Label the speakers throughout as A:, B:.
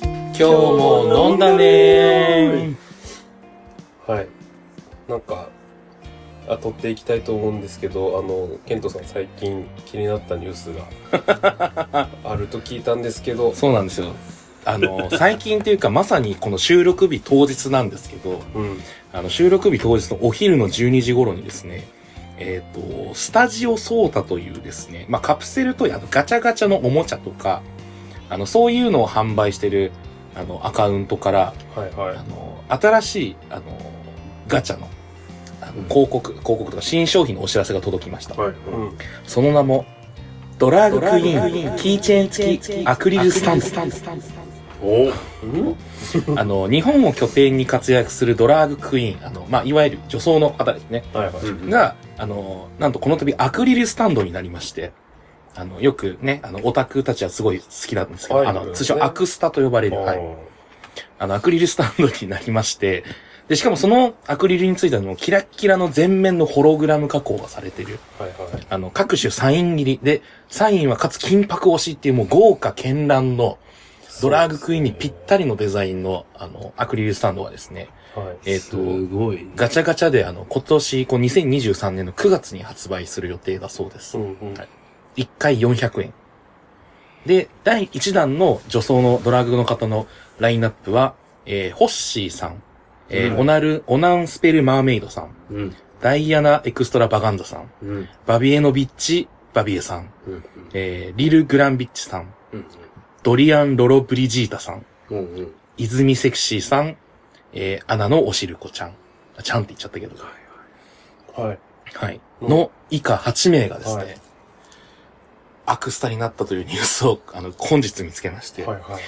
A: 今日も飲んだね
B: はい。なんか、あ、取っていきたいと思うんですけど、あの、ケントさん最近気になったニュース があると聞いたんですけど、
A: そうなんですよあの最近というかまさにこの収録日当日なんですけど
B: うん。
A: あの収録日当日のお昼の12時頃にですねえっ、とスタジオソータというですね、まあ、カプセルトイあのガチャガチャのおもちゃとかあのそういうのを販売してるあのアカウントから
B: はいは
A: あの、新しい、あの、ガチャの、あの広告、広告とか新商品のお知らせが届きました。
C: はい。
B: うん。
A: その名も、ドラァグクイ
D: ドラァグクイ
A: ー
D: ー
A: ン、
D: ン
A: キーチェーン付き、アクリルスタンド。
C: お
B: うん
A: あの、日本を拠点に活躍するドラァグクイーン、あの、まあ、いわゆる女装の方ですね、
B: はいはい。
C: が、
A: が、あの、なんとこの度アクリルスタンドになりまして、あの、よくね、あの、オタクたちはすごい好きなんですけど、
B: はい
A: あの、通称アクスタと呼ばれる、
B: あー
A: はい。あの、アクリルスタンドになりまして、で、しかもそのアクリルについてのキラッキラの全面のホログラム加工がされてる。
B: はいはい。
A: あの、各種サイン切りで、サインはかつ金箔押しっていうもう豪華絢爛のドラァグクイーンにぴったりのデザインの、あの、アクリルスタンドがですね、
B: はい。
A: えっ、
D: すごい。
A: と、ガチャガチャであの、今年、こう2023年の9月に発売する予定だそうです
B: う。んうん。
A: はい1回400円。で、第1弾の女装のドラッグの方のラインナップは、えー、ホッシーさん、えー
C: うん
A: オナル、オナンスペルマーメイドさん、
C: うん。
A: ダイアナエクストラバガンダさん、
C: うん。
A: バビエノビッチ、バビエさん、
C: うん。
A: えー、リル・グランビッチさん、
C: うん。
A: ドリアン・ロロ・ブリジータさん、
C: うん。うん。
A: 泉セクシーさん、えー、アナのおしるこちゃん、あちゃんって言っちゃったけど、
B: はい。
A: はい。
B: うん
A: の以下8名がですね、
B: はい
A: アクスタになったというニュースを、 あの、本日見つけまして、
B: はいはいはい。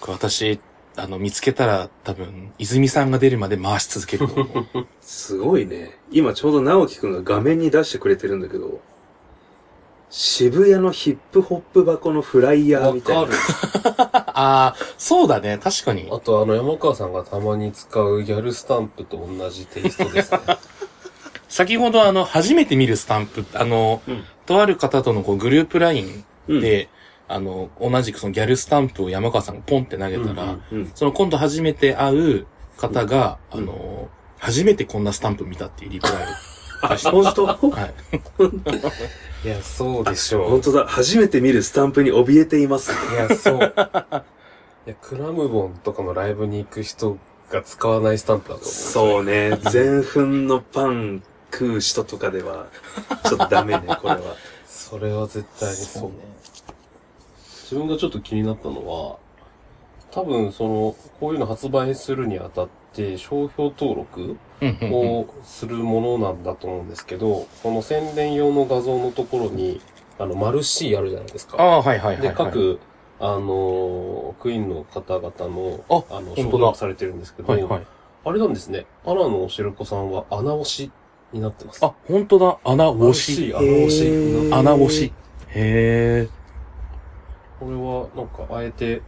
A: これ私、あの、見つけたら多分、泉さんが出るまで回し続けると 思う。
C: すごいね。今ちょうど直樹くんが画面に出してくれてるんだけど、渋谷のヒップホップ箱のフライヤー
B: わ
C: みた
B: か
C: い
B: る
C: な。。
A: ああ、そうだね。確かに。
B: あとあの山川さんがたまに使うギャルスタンプと同じテイストですね。
A: 先ほどあの、初めて見るスタンプ、あの、
C: うん
A: とある方とのこうグループライン
C: うん、
A: で、あの、同じくそのギャルスタンプを山川さんがポンって投げたら、
C: うん。
A: その今度初めて会う方が、
C: う
A: あ
C: ん
A: の、初めてこんなスタンプ見たっていうリプライ
C: あ、本当
A: を。はい。
B: いや、そうでしょう
C: 本。当だ。初めて見るスタンプに怯えています。
B: いや、そう。いや、クラムボンとかのライブに行く人が使わないスタンプだと思う。
C: そうね。前墳のパン食う人とかでは、ちょっとダメね、これは。
B: それは絶対にそう。自分がちょっと気になったのは、多分その、こういうの発売するにあたって、商標登録
A: うんうんうん
B: をするものなんだと思うんですけど、この宣伝用の画像のところに、あの、丸 C あるじゃないですか。
A: ああ、はいはいはい、
B: で、
A: はい。
B: 各、あのークイーンの方々の、
A: あ
B: の、
A: 本当だ
B: 承諾されてるんですけど、
A: はいはい。
B: あれなんですね。アナのおしるこさんは穴押しになってます。
A: あ、本当だ。穴
B: 丸
A: 押
B: C、
A: し。
B: 穴押しになってます。
C: あ
A: 穴押し。へえ。
B: これは、なんか、あえて、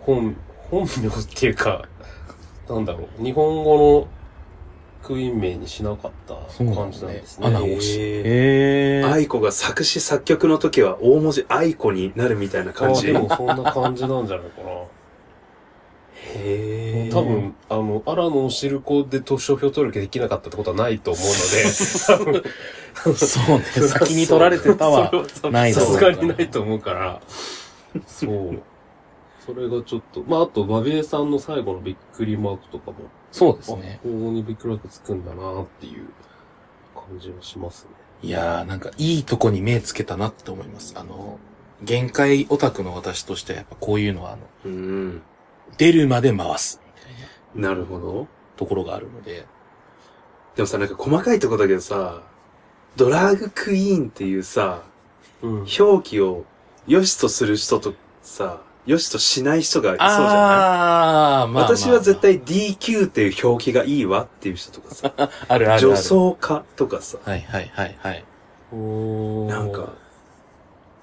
B: 本、 本名っていうか、なんだろう、日本語のクイーン名にしなかった感じなんですね。
A: そうなんだね穴押しへえ。
C: 愛子が作詞作曲の時は大文字愛子になるみたいな感
B: あ
C: じ。
B: でもそんな感じなんじゃないかな。
C: へー
B: 多分、あの、アラのおしるこで投票登録できなかったってことはないと思うので、
A: そうね。先に取られてた わ。ないだ
B: さ
A: ろう
B: すがにないと思うから。そう。それがちょっと、まあ、あと、バビエさんの最後のびっくりマークとかも、
A: そうで
B: あ
A: す
B: こ
A: ね。
B: こにびっくりマークつくんだなっていう感じはしますね。
A: いやー、なんかいいとこに目つけたなって思います。あの、限界オタクの私としてはやっぱこういうのは、あの、
C: うん。
A: 出るまで回す
C: なるほど。
A: ところがあるので。
C: でもさ、なんか細かいとこだけどさ、ドラァグクイーンっていうさ、
B: うん
C: 表記を良しとする人とさ、良しとしない人がいそうじゃない
A: あー、まあまあまあ。
C: 私は絶対 DQ っていう表記がいいわっていう人とかさ、
A: あるあるある。
C: 女装家とかさ、
A: はいはいはいはい。
B: おー
C: なんか、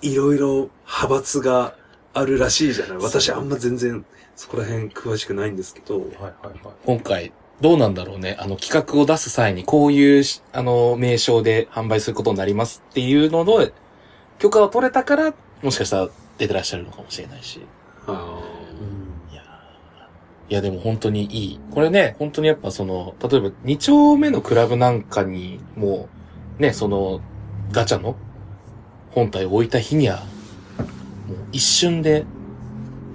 C: いろいろ派閥があるらしいじゃない私あんま全然そこら辺詳しくないんですけど、
B: はいはいはい。
A: 今回、どうなんだろうね。あの、企画を出す際に、こういうし、あの、名称で販売することになりますっていうのの、許可を取れたから、もしかしたら出てらっしゃるのかもしれないし。
C: あ
B: うん
A: いやーいや、でも本当にいい。これね、本当にやっぱその、例えば2丁目のクラブなんかにも、ね、その、ガチャの本体を置いた日には、もう一瞬で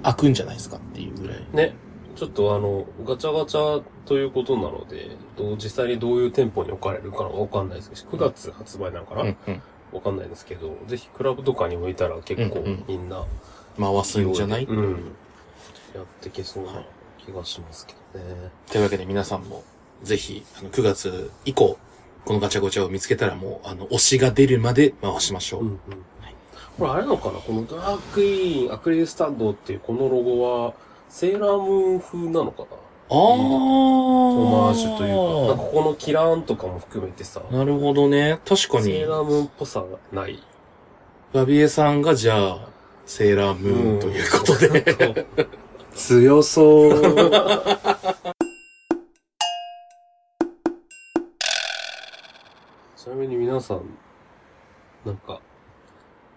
A: 開くんじゃないですかっていうぐらい。
B: ね。ちょっとあの、ガチャガチャということなので、どう実際にどういう店舗に置かれるかわかんないですけど、9月発売なのかなわ、
A: うんうん。
B: かんないですけど、ぜひクラブとかに置いたら結構
A: うんうん
B: みんな、
A: 回すんじゃない、
B: うん。やってけそう
A: は
B: ない気がしますけどね。
A: というわけで皆さんも、ぜひ、あの、9月以降、このガチャガチャを見つけたらもう、あの、推しが出るまで回しましょう。
B: うんうん。これあれなのかなこのダークイーンアクリルスタンドっていうこのロゴは、セーラームーン風なのかな
A: あー。オ
B: オマージュというか、なんかこのキラーンとかも含めてさ、
A: なるほどね。確かに
B: セー、ラームーンっぽさがない。
A: ラビエさんがじゃあ、セーラームーンということで、
B: で。
C: 強そう。
B: ちなみに皆さん、なんか、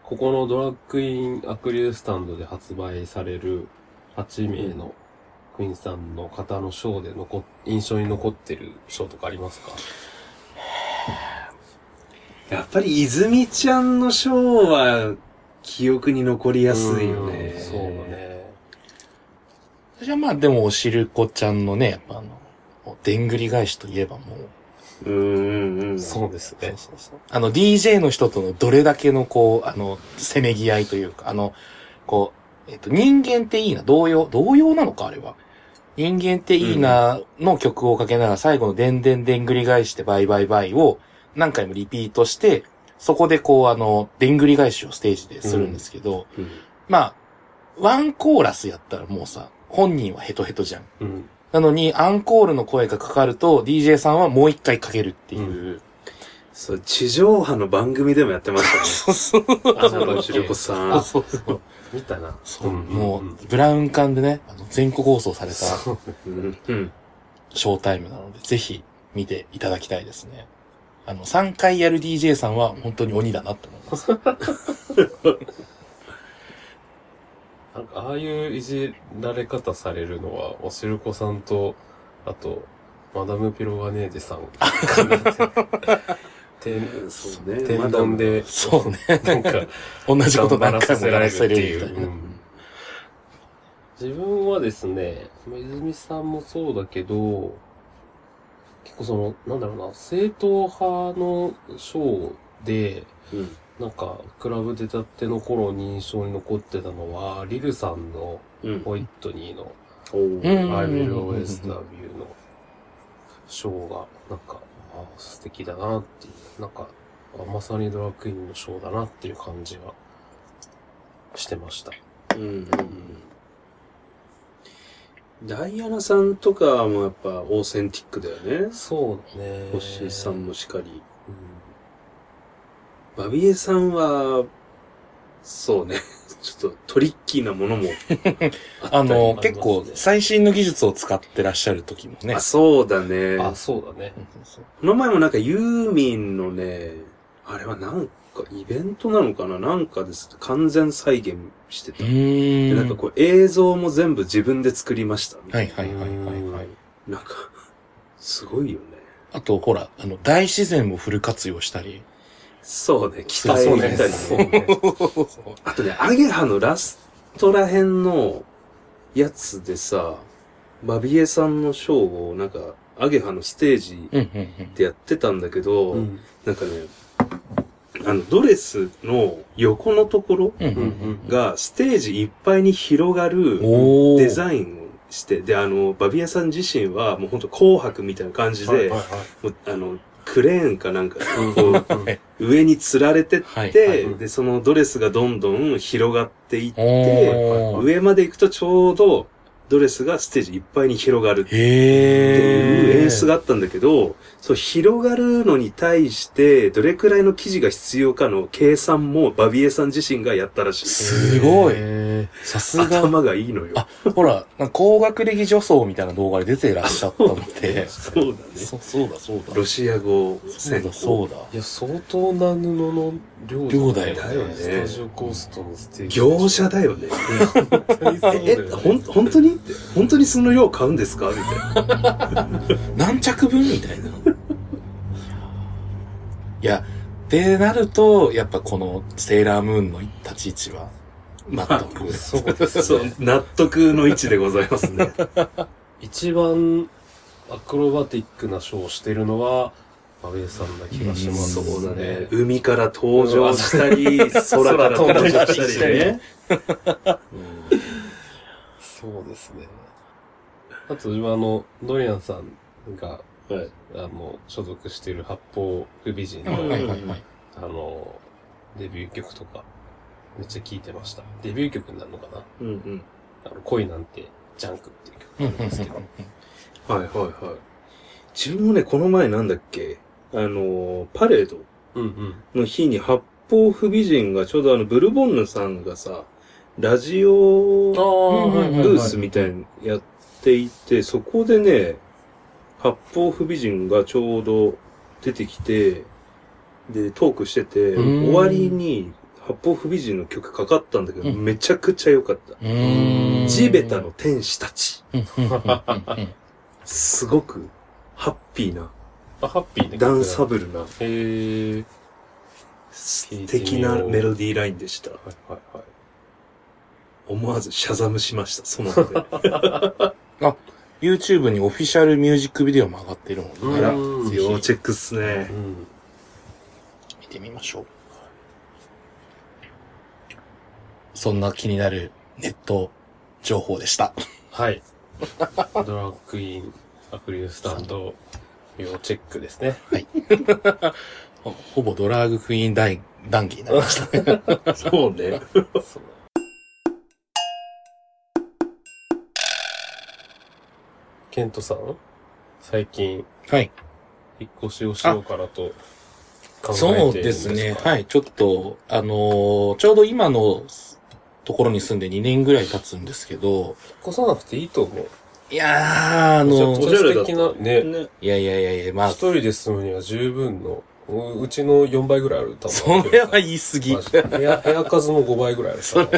B: ここのドラッグインアクリルスタンドで発売される8名のクイーンさんの方のショーで残っ、印象に残ってるショーとかありますか
C: やっぱり泉ちゃんのショーは、記憶に残りやすいよね
B: う。んそうだ。ね。
A: じゃあまあでも、おしるこちゃんのね、やっぱあの、でんぐり返しといえばもう、
C: うんうんうん。
B: そうです
A: そう
B: ね。
A: そうそう。あの、DJ の人とのどれだけのこう、あの、せめぎ合いというか、あの、こう、えっと、人間っていいな、同様、同様なのか、あれは。人間っていいなの曲をかけながら、最後のでんでんでんぐり返して、バイバイバイを何回もリピートして、そこでこう、あの、でんぐり返しをステージでするんですけど、
C: うん
A: まあ、ワンコーラスやったらもうさ、本人はヘトヘトじゃん。
B: うん。
A: なのに、アンコールの声がかかると、DJ さんはもう一回かけるっていう。
C: そう、地上波の番組でもやってま したね。
A: そう そう
B: あ、
C: あの、しるこ
B: さ
C: さん。
A: そうそう。
B: 見たな。
A: そう、
B: んんん
A: もう、ブラウン管でね、あの全国放送されたシ
B: そう
C: うん。うん。
A: ョータイムなので、ぜひ見ていただきたいですね。あの、3回やる DJ さんは本当に鬼だなって思います。
B: なんか、ああいういじられ方されるのは、おしるこさんと、あと、マダムピロガネーゼ さんかなって。天、
C: そうね。
B: 天丼で、
A: そうね。
B: なんか、
A: 同じこと
B: 頑張ら
A: 何
B: さ
A: 回も
B: せ
A: や
B: られるっ
A: ら
B: て
A: せるみ
B: い
A: たいな。
B: う。自分はですね、まあ泉さんもそうだけど、結構その、なんだろうな、正統派のショーで、
C: まだ。うん
B: なんか、クラブ出たっての頃に印象に残ってたのは、リルさんの
C: うん。
B: ホイットニーの
C: おー
A: うん
B: I will always love you のショーが、なんか、あー素敵だなっていう、なんか、あまさにドラッグインのショーだなっていう感じはしてました。
C: うんうんうんダイアナさんとかもやっぱオーセンティックだよね。
B: そうだね。
C: 星さん
B: も。
C: もしかり。バビエさんは、そうね。 ちょっとトリッキーなものもあ
A: あ
C: ったり
A: の、
B: ね
A: 結構最新の技術を使ってらっしゃる時もね。
C: あ、そうだね。
B: あ、そうだね。
A: うんそう
C: この前もなんかユーミンのね、あれはなんかイベントなのかななんかです。完全再現してた。
A: う
C: で
A: ーん。
C: なんかこう映像も全部自分で作りましたみた
A: はいいはいはいはいはい。
C: な。なんか、すごいよね。
A: あと、ほら、あの、大自然もフル活用したり。
C: そうね、鍛
A: あ
C: え
A: そう
C: み
A: ね
C: たい
B: そう
C: な。
B: ね。
C: あとね、アゲハのラストらへんのやつでさ、バビエさんのショーをなんか、アゲハのステージ
A: うんうんうん。
C: でやってたんだけど、
B: うん。
C: なんかね、あの、ドレスの横のところ
A: うん
B: う
A: うん。
B: うんん。
C: がステージいっぱいに広がる
A: おー。
C: デザインをして、で、あの、バビエさん自身はもうほんと紅白みたいな感じで、
B: はいはい
C: もうあの、クレーンかなんかで
B: は
C: こ
B: い。うんうん
C: う、上に吊られてっ
A: はい
C: て、
A: はい
B: はい
C: で、そのドレスがどんどん広がっていっ
A: おー。
C: 上まで行くとちょうどドレスがステージいっぱいに広がるって
A: へ
C: いう
A: ー。
C: 演出があったんだけど、そう広がるのに対してどれくらいの生地が必要かの計算もバビエさん自身がやったらしい。
A: すごい
B: へ
A: さすが、
C: 頭がいいのよ。
A: あほら、なんか高学歴女装みたいな動画で出てらっしゃったので。
C: そうだね。
A: そそうだそうだ。
C: ロシア語
A: そう
C: 専
A: だ
C: 攻。
A: そうだ。
B: ーいや、相当な布の量
A: 量だよね
B: だよね。スタジオコーストのステーキ。
C: 業者だよね。
B: 体操だよね
C: え、え、ほん、本当にって、本当にその量買うんですかみたいな。
A: 何着分みたいな。いや、ってなると、やっぱこのセーラームーンの立ち位置は、納得。
B: そうですね。
C: そう、納得の位置でございますね。
B: 一番アクロバティックなショーをしてるのは、安倍さんな気がします、
A: うん
C: そうだね。。海から登場したり、空から
B: 空飛んだ
C: 登
B: り
C: 場したりね。
B: そうですね。あと自分あの、ドリアンさんが、
C: うんはい
B: あの、所属している八方美人
A: う
B: の、
A: んはいはいはい。
B: あの、デビュー曲とか、めっちゃ聴いてました。デビュー曲になるのかな
C: うんうん。
B: あの恋なんて、ジャンクっていう曲
A: うんうんうん
B: なんですけど。
C: はいはいはい。自分もね、この前なんだっけ、あのー、パレード
B: うんうん。
C: の日に八方不美人がちょうどあの、ブルボンヌさんがさ、ラジオ
B: ああ、はいはいはい。
C: ブースみたいにやっていて、そこでね、八方不美人がちょうど出てきて、で、トークしてて、
A: うん
C: 終わりに八方不美人の曲かかったんだけど、
A: うん
C: めちゃくちゃ良かった。
A: うーん
C: 地べたの。天使たち。
A: うんうんうんうんうん
C: すごく、ハッピーな、
B: あ、ハッピーね。
C: ダンサブルな、
B: へー。
C: 素敵なメロディーラインでした。
B: はいはいはい。
C: 思わずシャザムしました、その場で。
A: YouTube にオフィシャルミュージックビデオも上がってるもんね。
C: あら
B: うん
A: ぜひ
C: 要チェックっすね
B: う。ん。
A: 見てみましょう。そんな気になるネット情報でした。
B: はい。 ドラッグイン、アクリルスタンド、要チェックですね。
A: ほほぼドラァグクイーン談談義になりました。
C: そうね。
B: そうケントさん最近、
A: はい。
B: 引っ越しをしようかなと考えてる
A: そ
B: ん
A: う
B: で
A: ですす
B: か
A: ね。はい。ちょっと、あのーちょうど今のところに住んで2年ぐらい経つんですけど、
B: 引っ越さなくていいと思う。
A: いやー、あ
B: あ
A: の
B: の、
A: ー
B: 素敵な、ね、
C: ね
A: いやいやいやいや、まあ、
B: 一人で住むには十分の、ううちの4倍ぐらいある、多分。
A: それは言い過ぎ
B: マ。ジで部屋、部屋数も5倍ぐらいある。それ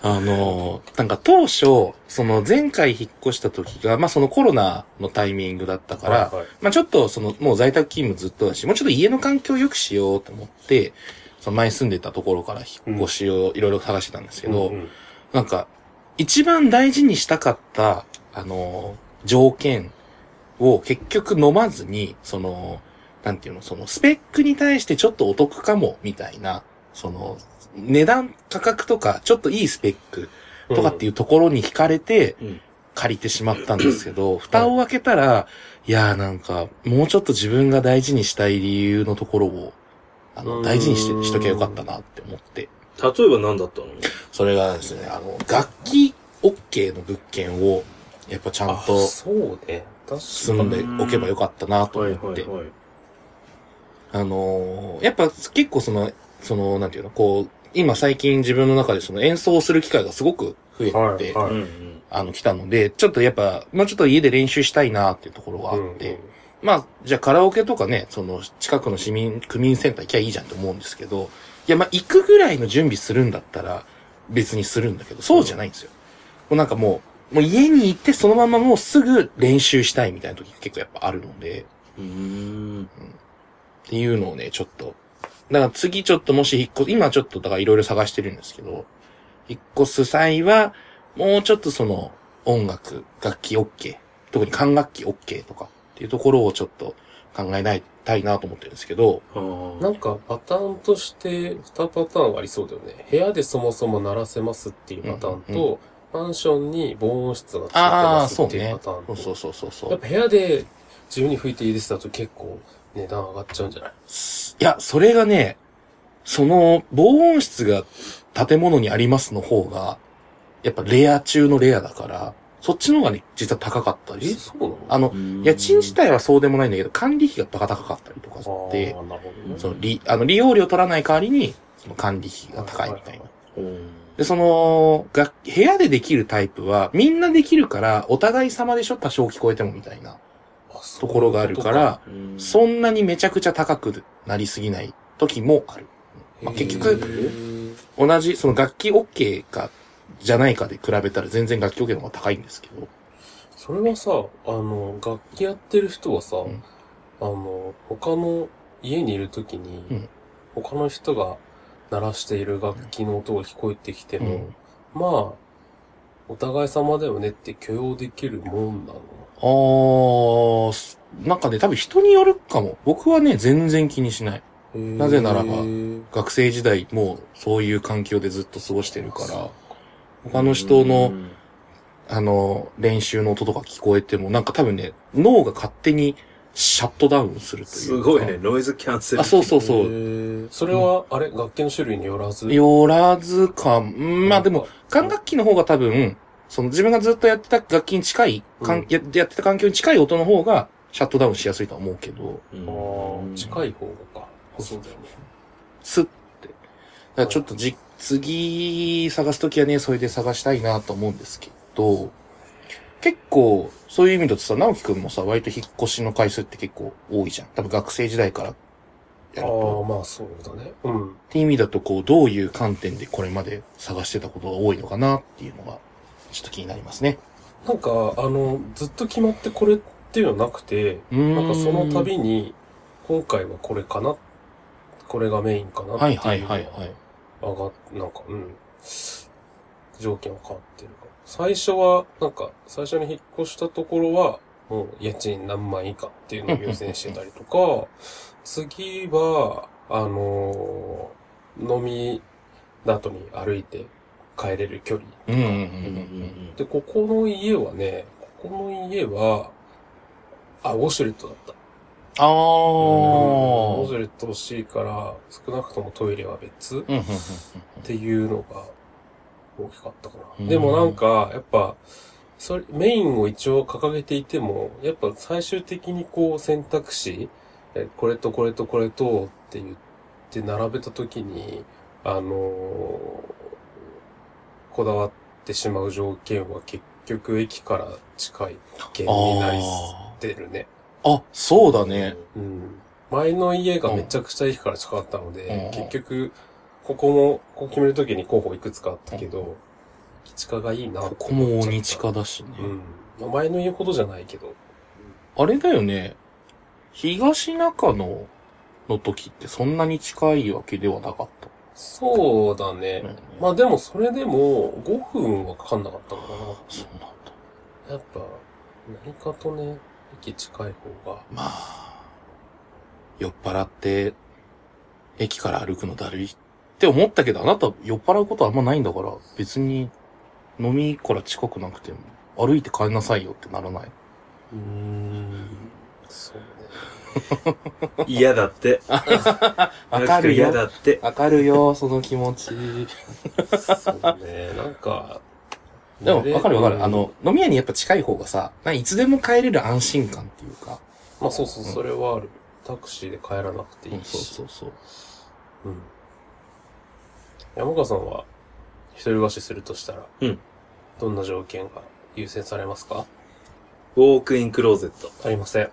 A: あのー、なんか当初、その前回引っ越した時が、まあそのコロナのタイミングだったから、まあちょっとそのもう在宅勤務ずっとだし、もうちょっと家の環境を良くしようと思って、その前住んでたところから引っ越しをいろいろ探してたんですけど、
B: うん
A: なんか、一番大事にしたかった、あのー、条件を結局飲まずに、その、なんていうの、そのスペックに対してちょっとお得かも、みたいな、その、値段、価格とか、ちょっといいスペックとかっていうところに惹かれて
C: うん、
A: 借りてしまったんですけど、 蓋を開けたら、いやーなんか、もうちょっと自分が大事にしたい理由のところを、あ
B: うー
A: の、
B: ん
A: 大事にして、しときゃよかったなって思って。
C: 例えば何だったの
A: それがですね、あの、楽器 OK の物件を、やっぱちゃん
B: あ
A: と
B: そうね。確
A: 住んでおけばよかったなと思って。
C: はい。
A: あのーやっぱ結構その、その、なんていうの、こう、今最近自分の中でその演奏する機会がすごく増えて、
B: はいはい
C: うんうん
A: あの、来たので、ちょっとやっぱ、もうちょっと家で練習したいなっていうところがあって、まあ、じゃあカラオケとかね、その、近くの市民、区民センター行きゃいいじゃんと思うんですけど、いや、まあ、行くぐらいの準備するんだったら、別にするんだけど、そうじゃないんですよ。もうなんかもう、もう家に行ってそのままもうすぐ練習したいみたいな時が結構やっぱあるので、
C: うーん。
A: っていうのをね、ちょっと。だから次ちょっともし引っ越す、今ちょっとだからいろいろ探してるんですけど、引っ越す際は、もうちょっとその音楽、楽器 OK、特に管楽器 OK とかっていうところをちょっと考えないたいなと思ってるんですけど、
C: あー
B: なんかパターンとして2パターンありそうだよね。部屋でそもそも鳴らせますっていうパターン
A: うんう
B: と、マンションに防音室がついて
A: ああ、
B: ます
A: そう
B: っていう
A: ね
B: パターン。
A: そ
B: と。
A: うそうそうそうそ
B: やっ
A: う。
B: ぱ部屋で自由に吹いていいですだと結構値段上がっちゃうんじゃない
A: いや、それがね、その防音室が建物にありますの方が、やっぱレア中のレアだから、そっちの方がね、実は高かったり
B: え、
A: する。
B: そうなの
A: あの、
C: うん
A: 家賃自体はそうでもないんだけど、管理費がバカ高かったりとか
B: あ
A: っ
B: ー
A: て、
B: なるほどね。
A: その利、あの、利用料取らない代わりに、その管理費が高いみたいな。
C: うん
A: で、その、が、部屋でできるタイプは、みんなできるから、お互い様でしょ多少聞こえてもみたいな。
B: あ、
A: ところがあるから、
C: うん
A: そんなにめちゃくちゃ高くなりすぎない時もある。まあ、結
C: へ
A: 局、
C: ー
A: 同じ、その楽器 OK か、じゃないかで比べたら全然楽器 OK の方が高いんですけど。
B: それはさ、あの、楽器やってる人はさ、
A: ん
B: あの、他の家にいるときに、
A: うん
B: 他の人が鳴らしている楽器の音が聞こえてきても、
A: うん
B: まあ、お互い様だよねって許容できるもんなの。
A: あー、すなんかね、多分人によるかも。僕はね、全然気にしない。なぜならば
B: へー
A: 学生時代、もうそういう環境でずっと過ごしてるから、他の人の、
C: うん
A: あの、練習の音とか聞こえても、なんか多分ね、脳が勝手にシャットダウンするというか。
C: すごいね、。ノイズキャンセル。
A: あ、そうそうそ
B: へ
A: う。
B: ーそれは、あれ、楽器の種類によらず。
A: よらずか、うんまあでも、管楽器の方が多分、その自分がずっとやってた楽器に近い、かん
B: うん
A: ややってた環境に近い音の方が、シャットダウンしやすいとは思うけど、
C: う
B: あー
C: ん。
B: 近い方がか。そうだよね。
A: スッって。だからちょっとじ、次探すときはね、それで探したいなと思うんですけど、結構、そういう意味だとさ、直樹くんもさ、割と引っ越しの回数って結構多いじゃん。多分学生時代からや
B: あ
A: ると。
B: あ、まあそうだね。うん。
A: って意味だと、こう、どういう観点でこれまで探してたことが多いのかなっていうのが、ちょっと気になりますね。
B: なんか、あの、ずっと決まってこれっていうのはなくて、
A: な
B: なんかその、度に、今回はこれかな、これがメインかなって
A: はいいう
B: の
A: はいはい
B: が
A: はい。
B: 上がっ、なんか、うん。条件は変わってるかも。最初は、なんか、最初に引っ越したところは、もう家賃何万以下っていうのを優先してたりとか、次は、あのー飲みの後に歩いて帰れる距離
A: うんうんうん
C: うんうん
A: うん。
B: で、ここの家はね、ここの家は、あ、ウォシュレットだった。
A: あ
B: ウ
A: ー。
B: ォシュレット欲しいから、少なくともトイレは別
A: うんうんうん
B: っていうのが大きかったか
A: うん
B: な。でもなんか、やっぱ、それ、メインを一応掲げていても、やっぱ最終的にこう選択肢、えこれとこれとこれとって言って並べたときに、あのーこだわってしまう条件は結局駅から近い県になり
A: あ
B: てるね。
A: ー。あ、そうだね。。
B: うん。前の家がめちゃくちゃ駅から近かったので、
A: うん
B: 結局、ここも、こう決めるときに候補いくつかあったけど、駅近がいいな
A: ここも鬼
B: 近
A: 近だしね。
B: うん。まあ前の家ほどじゃないけど。
A: あれだよね。東中野の時ってそんなに近いわけではなかっ
B: そうだ
A: た、
B: ね。
A: ね。
B: まあでもそれでも5分はかかんなかったのか
A: そうなんだ。
B: な。やっぱ、何かとね、駅近い方が。
A: まあ、酔っ払って、駅から歩くのだるいって思ったけど、あなた酔っ払うことあんまないんだから、別に飲みから近くなくても、歩いて帰んなさいよってならない。
B: うーん。そうね。
C: 嫌だって。
A: わかる
C: 嫌
A: よ。
C: だって。
A: わかるよ、その気持ち。
B: そう ね。なんか、
A: でも、わかるわか
B: う
A: る。
B: ん
A: あの、飲み屋にやっぱ近い方がさ、なんかいつでも帰れる安心感っていうか。
B: まあそうそう、
A: うん
B: それはある。タクシーで帰らなくてい
A: うん
B: い
A: そう
B: し。
A: そうそう。
B: うん。山川さんは、一人暮らしするとしたら、
C: うん
B: どんな条件が優先されますか
C: ウォークインクローゼット。
B: ありませ ん。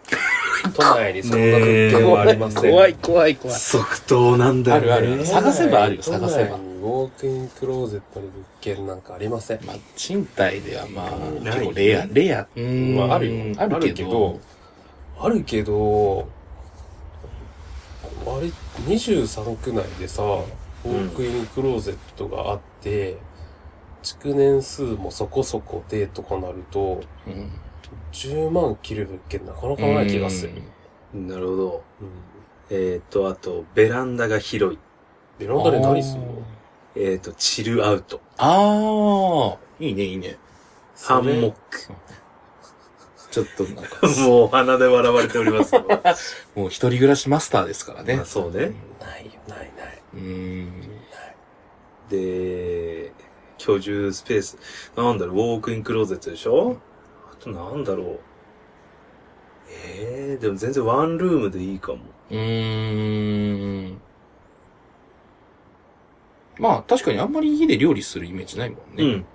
B: 都内にそんな物件はありません。
A: 怖い、怖い、怖い。
C: 即答なんだよね。
A: あるある
B: 都内
A: 探せばあるよ
B: 都内
A: 探せば
B: にウォークインクローゼットに物件なんかありません。
A: まあ、賃貸ではまあ、
C: ない
A: 結構レア、レア。うん、
B: まああるよ
A: あるけど、、
B: あるけど、割、23区内でさ、ウォークインクローゼットがあって、築年数もそこそこでとかなると、
A: うん
B: 10万切る物件なかなかない気がする。
A: うん
C: なるほど。
B: うん。
C: えっ、と、あと、ベランダが広い。
B: ベランダで何するの
C: えっ、と、チルアウト。
A: ああ、いいね、いいね。
C: ハ
B: そ
C: ン
B: れ
C: モッ
A: ちょっとなんか、
C: ク。 もう鼻で笑われておりますよ。
A: もう一人暮らしマスターですからね
C: まあ。そうね。
B: ないよ、ないない。
A: うーん。
C: で、居住スペース。なんだろう、ウォークインクローゼットでしょあとなんだろう。ええー、でも全然ワンルームでいいかも。
A: うーん。まあ、確かにあんまり家で料理するイメージないもんね。
C: うん。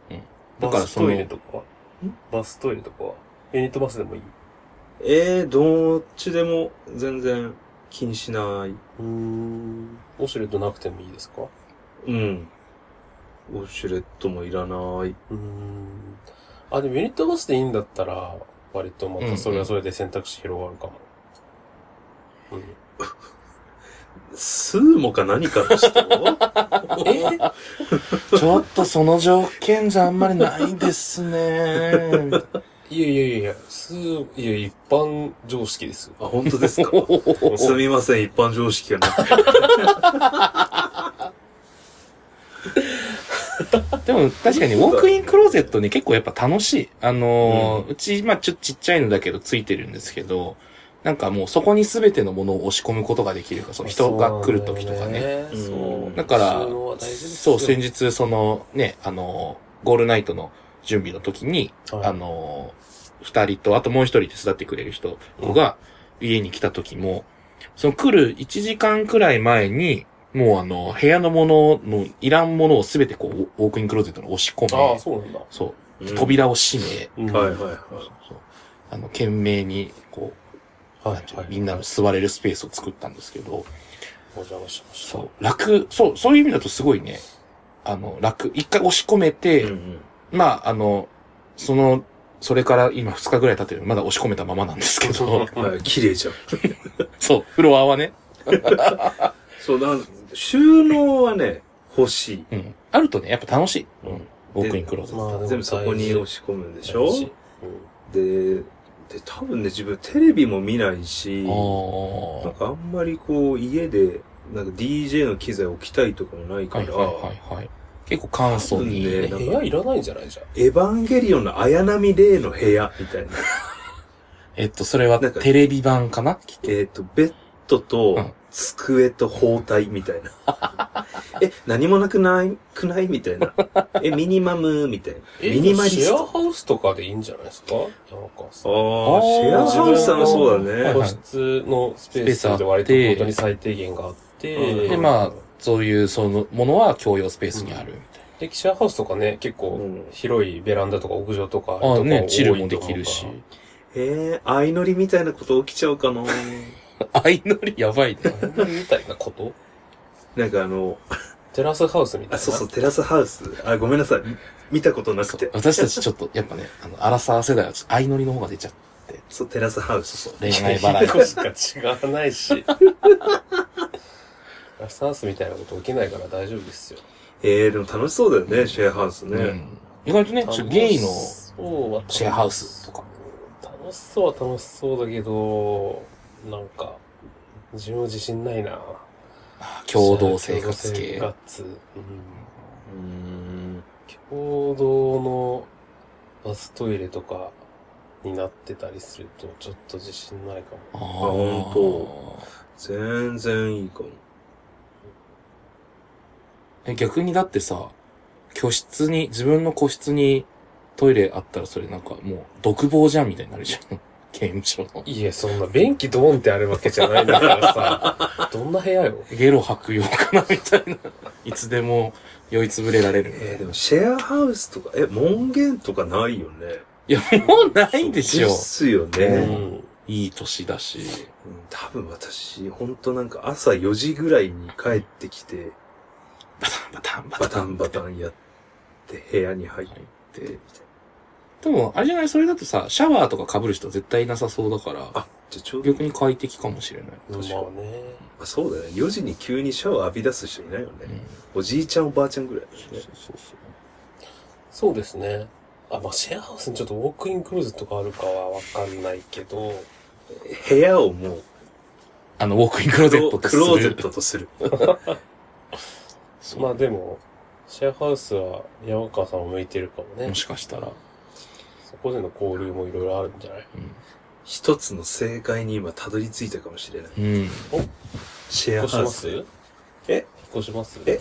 A: だからその
B: バストイレとかはバストイレとかはユニットバスでもいい。
C: えー、どっちでも全然気にしない。
B: うーん。オシュレットなくてもいいですか
C: うん。ウォシュレットもいらな
B: う
C: い。
B: ーん。あ、でもユニットバスでいいんだったら、割とまたそれはそれで選択肢広がるかも。うん
C: スーモか何かの人 え
A: ちょっとその条件じゃあんまりないですね。
B: いやいやいやいや、す、いや、一般常識ですよ。
C: あ、本当ですかすみません、一般常識がなくて。
A: で も確かにウォークインクローゼットね、結構やっぱ楽しい。あのーうち、まあちょっとちっちゃいのだけどついてるんですけど、なんかもうそこに全てのものを押し込むことができるから、その人が来る時とかね。
C: そう
B: そう。
A: だから
B: そういうのは大事です
A: そう、先
B: 日、
A: 日そのね、あのーゴールナイトの準備の時に、
B: はい
A: あのー二人と、あともう一人手伝ってくれる人が家に来た時も、その来る1時間くらい前に、もうあの、部屋のものの、いらんものをすべてこう、ウォークインクローゼットに押し込
B: ああ、
A: め、
B: そうなんだ。
A: そう、
C: うん
A: 扉を閉め、
B: うん
C: はいはい
B: はい。
A: そう
C: は
A: そうあの、懸命に、こう、なんていうのみんなの座れるスペースを作ったんですけど、
B: お邪魔しました。
A: そう、楽、そう、そういう意味だとすごいね、あの、楽、一回押し込め
C: い。
A: て、
C: うん
A: まあ、あの、その、それから今2日ぐらい経ってるまだ押し込めたままなんですけど、
C: うんはい綺麗じゃん。
A: そう、フロアはね、
C: そう、なん収納はね、欲しい。
A: うん。あるとね、やっぱ楽しい。うん。ウォークインクローゼット。
B: まあ、
C: 全部そこに押
B: し
C: し込むんでしょ
B: うん。
C: で、で、多分ね、自分テレビも見ないし、
A: お
C: なんかあんまりこう、家で、なんか DJ の機材置きたいとかもないか
A: はいはい
C: ら、
A: はいはい。結構簡素に、
C: 多分ね
B: え部屋いらないんじゃないじゃん。
C: エヴァンゲリオンの綾波レイの部屋み たいな。
A: えっと、それは
C: なんか
A: テレビ版かなきっと
C: えっと、ベッド
A: う
C: と
A: ん
C: 机と包帯みたいな。 え、何もなくないくないみたいな。え、ミニマムみたいな。ミニマリス
B: シェア
C: ト。
B: ハウスとかでいいんじゃないですかなんか
C: あーシェアハウスさんはそう
A: は
C: だ
A: い
C: ね。
B: 個
A: はい
B: 室のスペースで割と本当に最低限があって、
C: うん
A: で、まあ、そういう、その、ものは共用スペースにあるみたい
B: で、シェアハウスとかね、結構広いベランダとか屋上とか、
A: な。ああね、チ
B: 多
A: ルも
B: いと
A: で
B: 思う
A: きるし
B: から。
C: えー、相乗りみたいなこと起きちゃうかな
A: 相乗りやばいね。
B: あれみたいなこと
C: なんかあの、
B: テラスハウスみたいな。
C: あ、そうそう、テラスハウス。あ、ごめんなさい。見たことなく
A: そう
C: て。
A: 私たちちょっと、やっぱね、あの、アラサー世代はちょっと相乗りの方が出ちゃう。
C: そう、テラスハウス。そう
A: 恋愛払い。
B: 個しか違わない し。ラスハウスみたいなこと起きないから大丈夫ですよ。
C: えー、でも楽しそうだよね、シェアハウスね。
A: うん意外とね、ちょっとゲイの
B: の
A: シェアハウスとか。
B: 楽しそうは楽しそうだけど、なんか、自分は自信ないな。
A: 共同生活系
B: 共。同生活うん
C: うーん
B: 共同のバストイレとかになってたりすると、ちょっと自信ないかも。
A: ああ
C: 本当全然いいかも。
A: え逆にだってさ、居室に、自分の個室にトイレあったらそれなんかもう独房じゃんみたいになるじゃん。 刑務所の。
B: いえ、そんな、便器ドーンってあるわけじゃないんだからさ、 どんな部屋よ。
A: ゲロ吐くようかなみたいな。 いつでも酔いつぶれられる。
C: えー、でもシェアハウスとか、え、門限とかないよね。
A: いや、もうないでしょ
C: で。すよね。
B: う
C: うん
B: ん。
A: いい年だし。
C: 多分私、ほんとなんか朝4時ぐらいに帰ってきて、
A: バタンバタンバ
C: バタ
A: タ
C: ン
A: ン
C: バタンやって部屋に入って、みたい
A: で
C: な。
A: も、あれじゃないそれだとさ、シャワーとか被る人絶対いなさそうだから、
C: あ、じゃあちょうど、
A: 逆に快適かもしれない。
B: まあ
C: 確かに
B: ね。
C: あそうだね。4時に急にシャワー浴び出す人いないよね。
A: うん
C: おじいちゃんおばあちゃんぐらいだよ
A: そ
C: ね。
A: うそう。
B: そうですね。あ、まあ、シェアハウスにちょっとウォークインクローゼットがあるかはわかんないけど、
C: 部屋をもう
A: あの、ウォークインクロー
C: ク
A: ゼ
C: ロ
A: ット
C: ー
A: と
C: クローゼットとする。
A: そう
B: まあでも、シェアハウスは山川さんも向いてるかもね
A: も。しかしたら。
B: そこでの交流もいろいろあるんじゃない
C: 一つの正解に今たどり着いたかもしれない。
A: うん。うん。
C: シェ
B: 引
C: ア
B: っ越し
C: ハウ
B: ま
C: ス。
B: す
C: え
B: 引っ越します
C: え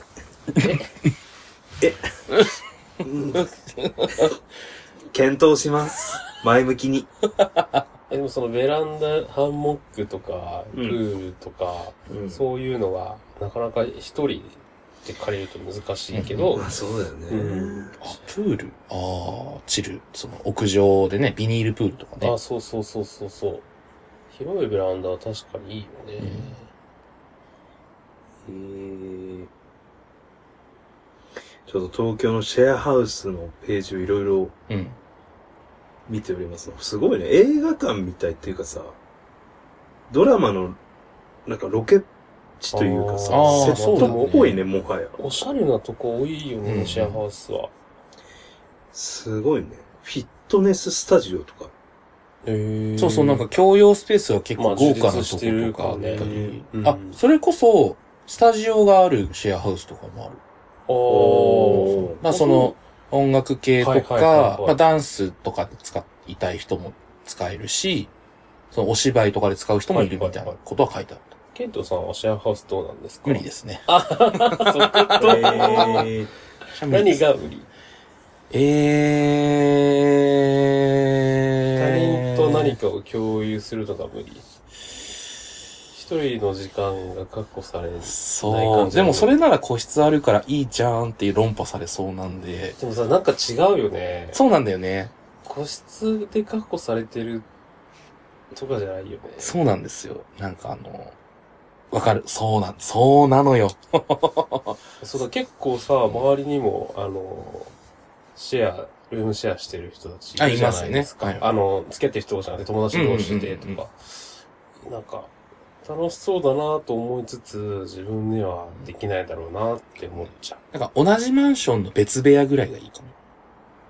C: うん検討します。前向きに。
B: えでもそのベランダ、ハンモックとか、
C: う
B: プ
C: ん
B: ールとか、
C: うん
B: そういうのが、なかなか一人って借りると難しいけど
C: ま、あそうだよね。
B: うん
A: プールああ、チル。その屋上でね、ビニールプールとかね
B: あ、。そうそうそうそうそう。広いベランダは確かにいいよね。
C: えーちょっと東京のシェアハウスのページをいろいろ
A: うん。
C: 見ておりますすごいね。映画館みたいっていうかさ、ドラマの、なんかロケ地というかさ、
A: あ
C: セ
A: ー
C: ットも多いね、もはや。
B: おしゃれなとこ多いよね、
A: うん
B: シェアハウスは。
C: すごいね。フィットネススタジオとか。
B: へ
A: そうそう、なんか共用スペースは結
B: まあ
A: 構豪華
B: 充
A: なとこ
B: 実してる
A: と
B: から
A: か
B: ね
A: あったり。
B: うん
A: あ、それこそ、スタジオがあるシェアハウスとかもあ
B: あ
A: る。
C: お
B: ー
A: まあその、音楽系と
B: はいはいはい
A: か
B: は、い
A: まあダンスとかで使いたい人も使えるし、そのお芝居とかで使う人もいるみたいなことは書いてある。
B: ケントさんはシェアハウスどうなんですか。
A: 無理ですすね。
C: えー
B: 何が 無理他
A: えー。
B: 人と何かを共有するのが無理。一人の時間が確保される。ない
A: そ
B: 感
A: う。
B: じだ
A: で
B: よね
A: もそれなら個室あるからいいじゃんって論破されそうなんで。
B: でもさ、なんか違うよね。
A: そうなんだよね。
B: 個室で確保されてるとかじゃないよね。
A: そうなんですよ。なんかあの、わかる。そうなん、そうなのよ。
B: そうだ、結構さ、周りにも、あの、シェア、ルームシェアしてる人たちいるじゃないですか。
A: あいますねはい
B: あの、付き合ってる人じゃなくて友達同士でと
A: うんうんうん
B: か。なんか、楽しそうだなと思いつつ、自分にはできないだろうなって思っちゃ
A: なんか同じマンションの別部屋ぐらいがいいか
B: う。
A: も。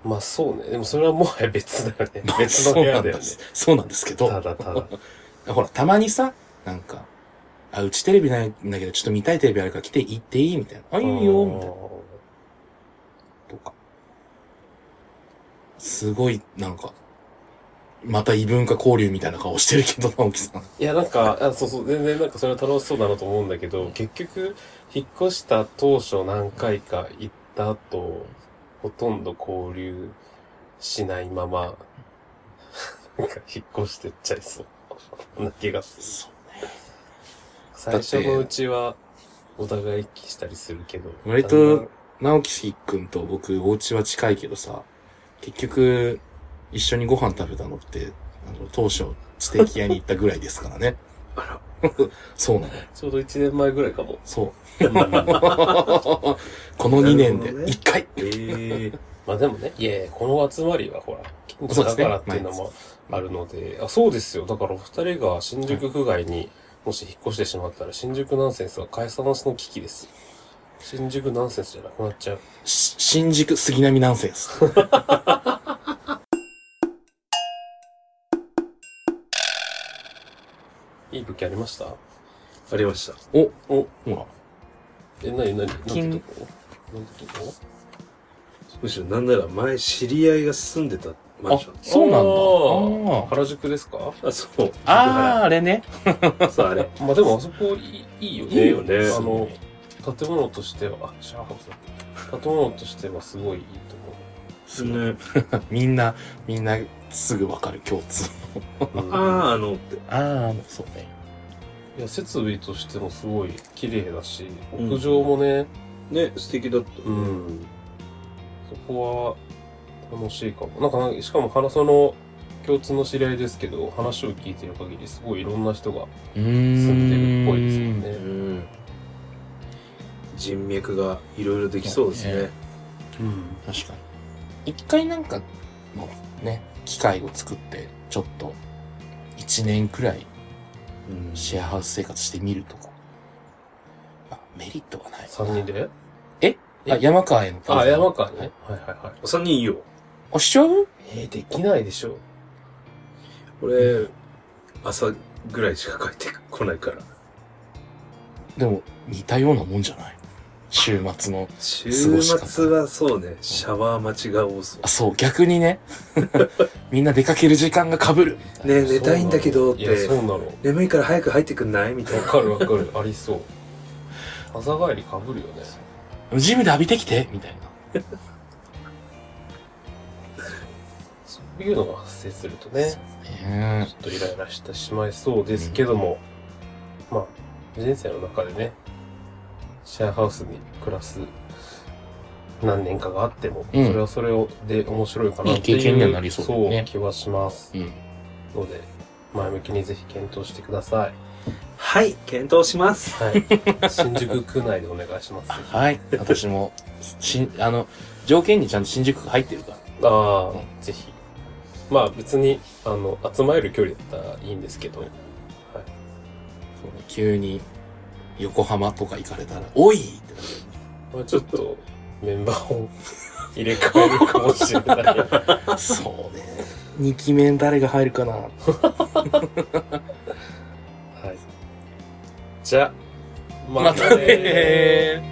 B: まあそうね。でもそれはもはや別だよね。別の部屋だよね。
A: そうなんですけど
B: た、だた だ。
A: ほら、たまにさ、なんか、あ、うちテレビないんだけど、ちょっと見たいテレビあるから来て行っていいみたいな。あ、いいよ、みたいな。とか。すごい、なんか、また異文化交流みたいな顔してるけど、 直樹さん。
B: いや、なんか、あそうそう、全然なんかそれは楽しそうだなと思うんだけど、結局、引っ越した当初何回か行った後、ほとんど交流しないま ま、なんか引っ越してっちゃいそう。そんな気がする。最初のうちは、お互い気したりするけど。
A: 割と
B: だんだん
A: 直樹くんと僕、お家は近いけどさ、結局、一緒にご飯食べたのって、あの、当初、ステーキ屋に行ったぐらいですからね。
C: あら、
A: そうなの。
B: ちょうど1年前ぐらいかも。
A: そう。
B: ま
A: この2年で
C: なるほどね
A: 1回。
C: えー、
B: あでもね、いやいや、この集まりはほら、近所だからっていうのもあるので、あそうですよ。だからお二人が新宿区外にもし引っ越してしまったら、新宿ナンセンスは解散の危機ですよ。新宿ナンセンスじゃなくなっちゃう。
A: し新宿杉並ナンセンス。
B: いい武器ありました
C: ありました。
A: お、
B: お、
A: ほら。
B: え、なになに
A: 金
B: なんてとこなんてとこ
C: むしろなんなら前知り合いが住んでたマンション。
A: そうなんだ
B: あー
A: あー
B: 原宿ですか
C: あ、そう。
A: あー、あれね。
C: あそう、あれ。
B: まあでもあそこいいいいよね。
C: いいよね
B: あの、建物としては、あ、シャーハウスだっけ建物としてはすごいいいと思う。
C: ね、
A: みんな、みんなすぐわかる共通。
C: ああ、あのって。
A: ああ、そうね。
B: いや、設備としてもすごい綺麗だし、
C: うん
B: 屋上もね、
C: ね、素敵だった。
B: うん、そこは楽しいかも。なんか、しかも、花その、共通の知り合いですけど、話を聞いてる限り、すごいいろんな人が
A: うー
B: 住ん
A: ん。
B: でるっぽいですよ
C: う
B: ね。
C: ん。人脈がいろいろできそうですね。
B: うん。
A: 確かに。一回なんか、もうね、機械を作って、ちょっと、一年くらい
C: うん
A: シェアハウス生活してみるとか。まあ、メリットはない。
B: 3人で
A: あ、山川への
B: あ、山川
A: は
B: ね
A: い。。
B: はいはいはい。
C: 3人いいよ。
A: あ、しちゃう
B: えー、できないでしょ。
C: 俺、朝ぐらいしか帰ってこない から。
A: でも、似たようなもんじゃない週末の。
C: 週
A: ごし方
C: 末はそうね、シャワー待ちが多そう
A: あ、。そう、逆に ね。みんな出かける時間が被る。
C: ねえ、寝たいんだけどっ
B: いや、そう
C: て、
B: なの。わ
C: 眠いから早く入ってくんないみたいな。
B: かるわかる。ありそう。朝帰りかぶるよ ね。
A: ジムで浴びてきてみたいな。
B: そういうのが発生するとね。
A: ね
B: ちょっとイライラしてしまいそうですけども、まあ、人生の中でね、シェアハウスに暮らす何年かがあっても、
A: うん
B: それはそれをで面白いかなっていう
A: いい経験にはなりそうだよね
B: 気はします
A: うん。
B: ので、前向きにぜひ検討してください。
C: はい、検討します。
B: はい。新宿区内でお願いします。あ
A: はい。私も、しん、あの、条件にちゃんと新宿区入ってるから。
B: あ、ぜひ。まあ別に、あの、集まれる距離だったらいいんですけど、
A: そうね急に、横浜とか行かれたら、おいってなる
B: まあ、ちょっとメンバーを入れ替えるかもしれない。
A: そうね。二期目誰が入るかな
B: はい。じゃあ、
A: またねー